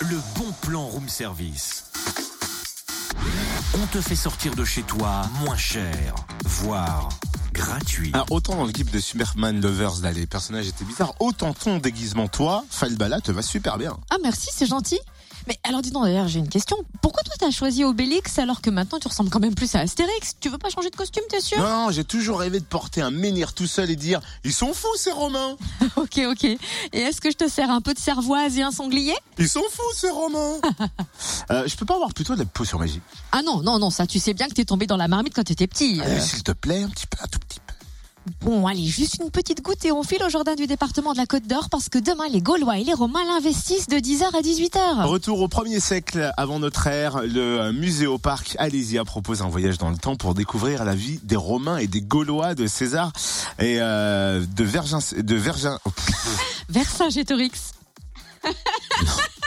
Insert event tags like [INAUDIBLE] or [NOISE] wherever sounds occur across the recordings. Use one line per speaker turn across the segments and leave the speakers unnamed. le bon plan room service. On te fait sortir de chez toi moins cher, voire gratuit.
Ah, autant dans le clip de Superman Lovers, là, les personnages étaient bizarres, autant ton déguisement, toi, Falbala, te va super bien.
Ah merci, c'est gentil. Mais alors dis donc d'ailleurs, j'ai une question. Pourquoi toi t'as choisi Obélix alors que maintenant tu ressembles quand même plus à Astérix Tu veux pas changer de costume, t'es sûr
Non, j'ai toujours rêvé de porter un menhir tout seul et dire Ils sont fous, ces Romains
[LAUGHS] Ok, ok. Et est-ce que je te sers un peu de cervoise et un sanglier
Ils sont fous, ces [LAUGHS] Romains Euh, Je peux pas avoir plutôt de la potion magique
Ah non, non, non, ça tu sais bien que t'es tombé dans la marmite quand t'étais petit.
Euh,
Euh,
S'il te plaît, un petit peu, un tout petit peu.
Bon, allez, juste une petite goutte et on file au jardin du département de la Côte d'Or parce que demain les Gaulois et les Romains l'investissent de 10h à 18h.
Retour au premier siècle avant notre ère, le euh, musée au parc Alésia propose un voyage dans le temps pour découvrir la vie des Romains et des Gaulois de César et euh, de Vergin... De Vergin... Oh,
Vercingétorix.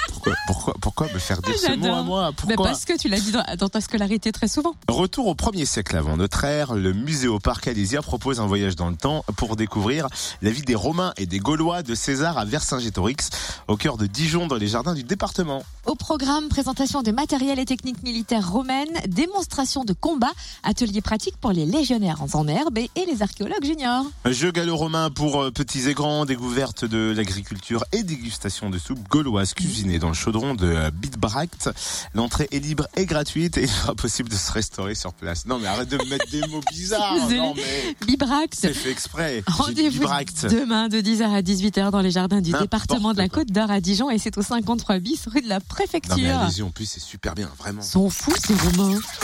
Pourquoi, pourquoi, pourquoi me faire dire ce mot à
Ah, J'adore.
moi
Mais
Pourquoi
parce que tu l'as dit dans, dans ta scolarité très souvent.
Retour au premier siècle avant notre ère, le musée au parc Alésia propose un voyage dans le temps pour découvrir la vie des Romains et des Gaulois de César à Vercingétorix, au cœur de Dijon, dans les jardins du département.
Au programme, présentation de matériel et techniques militaires romaines, démonstration de combat, atelier pratique pour les légionnaires en herbe et et les archéologues juniors.
Jeux gallo-romains pour euh, petits et grands, découverte de l'agriculture et dégustation de soupe gauloise cuisinée dans le chaudron de euh, Bidbracht. L'entrée est libre et gratuite et il sera possible de se restaurer sur place. Non mais arrête de me mettre des
[LAUGHS]
mots bizarres.
Désolée.
Non mais
Bibrax,
c'est fait exprès. J'ai dit
rendez-vous
Bidbracht.
demain de 10h à 18h dans les jardins du
N'importe
département de la
quoi.
Côte d'Or à Dijon et c'est au 53 bis rue de la
Non mais
préfecture.
allez-y en plus c'est super bien vraiment.
Ils sont fous ces Romains.